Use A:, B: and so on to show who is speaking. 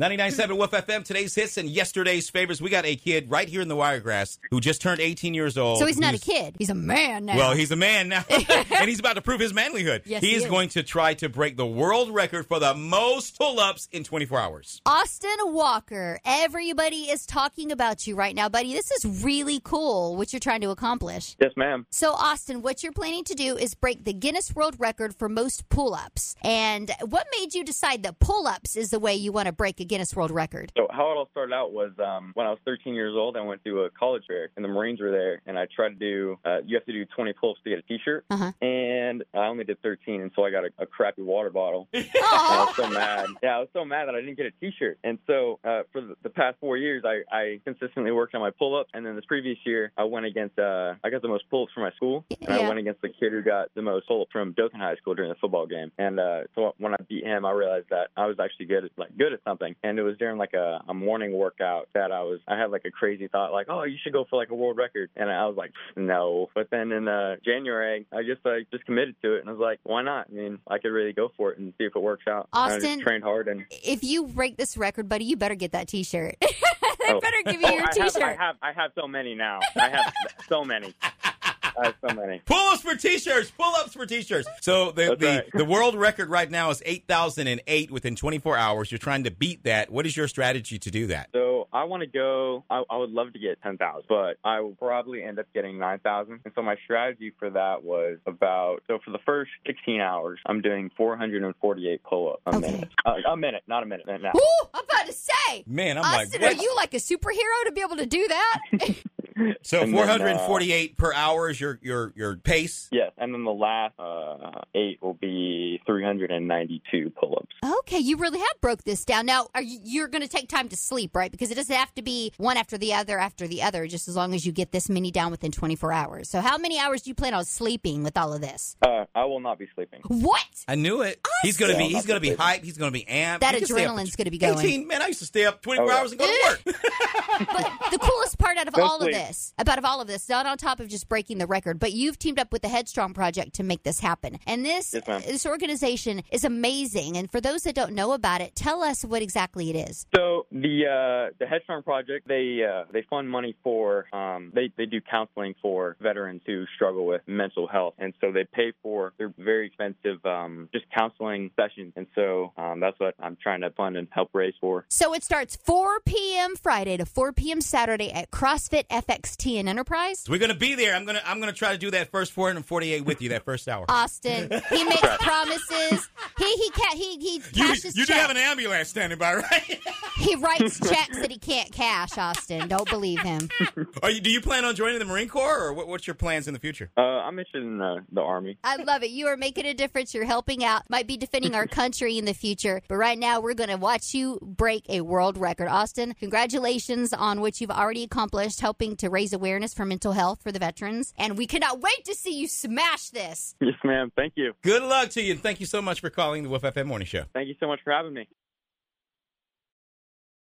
A: 99.7 Wolf FM, today's hits and yesterday's favorites. We got a kid right here in the Wiregrass who just turned 18 years old.
B: So he's not a
A: who's-
B: kid. He's a man now.
A: Oh, Well, he's a man now, and he's about to prove his manlyhood.
B: Yes,
A: he
B: he
A: is,
B: is.
A: going to try to break the world record for the most pull-ups in 24 hours.
B: Austin Walker, everybody is talking about you right now, buddy. This is really cool what you're trying to accomplish.
C: Yes, ma'am.
B: So, Austin, what you're planning to do is break the Guinness World Record for most pull ups. And what made you decide that pull ups is the way you want to break a Guinness World Record?
C: So how it all started out was um, when I was 13 years old, I went to a college fair, and the Marines were there, and I tried to do. Uh, you have to do 20 pull-ups to get a T-shirt,
B: Uh-huh.
C: and I only did 13, and so I got a, a crappy water bottle. And I
B: Aw.
C: was so mad. Yeah, I was so mad that I didn't get a T-shirt, and so uh, for the, the past four years, I, I consistently worked on my pull-ups, and then this previous year, I went against. Uh, I got the most pull-ups for my school, and
B: Yeah.
C: I went against the kid who got the most pull-ups from Dothan High School during the football game. And uh, so when I beat him, I realized that I was actually good at like good at something. And it was during like a, a morning workout that I was. I had like a crazy thought, like, oh, you should go for like a world record. And I was like, no. But then in uh, January, I just like just committed to it, and I was like, why not? I mean, I could really go for it and see if it works out. And I
B: Austin-
C: just trained hard and.
B: If you break this record, buddy, you better get that t shirt. they
C: Oh.
B: better give you
C: Oh,
B: your
C: I
B: t
C: have-
B: shirt.
C: I have, I have so many now. I have so many. I have so many.
A: Pull-ups for T-shirts. Pull-ups for T-shirts. So the
C: That's
A: the,
C: right.
A: the world record right now is 8,008 within 24 hours. You're trying to beat that. What is your strategy to do that?
C: So I want to go. I, I would love to get ten thousand, but I will probably end up getting nine thousand. And so my strategy for that was about. So for the first sixteen hours, I'm doing four hundred and forty-eight pull-ups a
B: Okay.
C: minute. Uh, a minute, not a minute. An hour.
B: Woo! I'm about to say.
A: Man, I'm
B: Austin,
A: like,
B: are
A: what?
B: you like a superhero to be able to do that?
A: so
C: And then, uh,
A: 448 per hour is your your your pace.
C: Yes, and then the last uh, eight will be three hundred and ninety-two pull-ups.
B: Okay, you really have broke this down. Now, are you, you're going to take time to sleep, right? Because it doesn't have to be one after the other after the other, just as long as you get this many down within 24 hours. So, how many hours do you plan on sleeping with all of this?
C: Uh, I will not be sleeping.
B: What?
A: I knew it. He's gonna be
C: Yeah,
A: he's
C: that's
A: gonna be
C: crazy.
A: hyped. He's gonna be amped.
B: That
A: You can stay up
B: adrenaline's
A: to-
B: going to be going.
A: 18, man, I used to stay up 24
C: Oh, yeah.
A: hours and go to work.
B: But the coolest part out of
C: No
B: all of
C: sleep.
B: this, about of all of this, not on top of just breaking the record, but you've teamed up with the Headstrong Project to make this happen. And this
C: Yes, ma'am.
B: this organization is amazing. And for those that don't know about it, tell us what exactly it is.
C: So the uh, the Headstrong Project, they uh, they fund money for um, they they do counseling for veterans who struggle with mental health, and so they pay for their very expensive um, just counseling sessions, and so um, that's what I'm trying to fund and help raise for.
B: So it starts 4 p.m. Friday to 4 p.m. Saturday at CrossFit FXT in Enterprise.
A: We're gonna be there. I'm gonna I'm gonna try to do that first 448 with you that first
B: Oh,
A: hour.
B: Austin, he makes promises. He he ca- he he
A: you
B: cashes
A: you do
B: checks.
A: have an ambulance standing by, right?
B: he writes checks that he can't cash. Austin, don't believe him.
A: Are you, do you plan on joining the Marine Corps, or what, what's your plans in the future?
C: Uh, I'm interested in the, the army.
B: I love it. You are making a difference. You're helping out. Might be defending our country in the future, but right now we're going to watch you break a world record. Austin, congratulations on what you've already accomplished, helping to raise awareness for mental health for the veterans. And we cannot wait to see you smash this.
C: Yes, ma'am. Thank you.
A: Good luck to you, and thank you so much for calling the Wolf FM Morning Show.
C: Thank you so much for having me.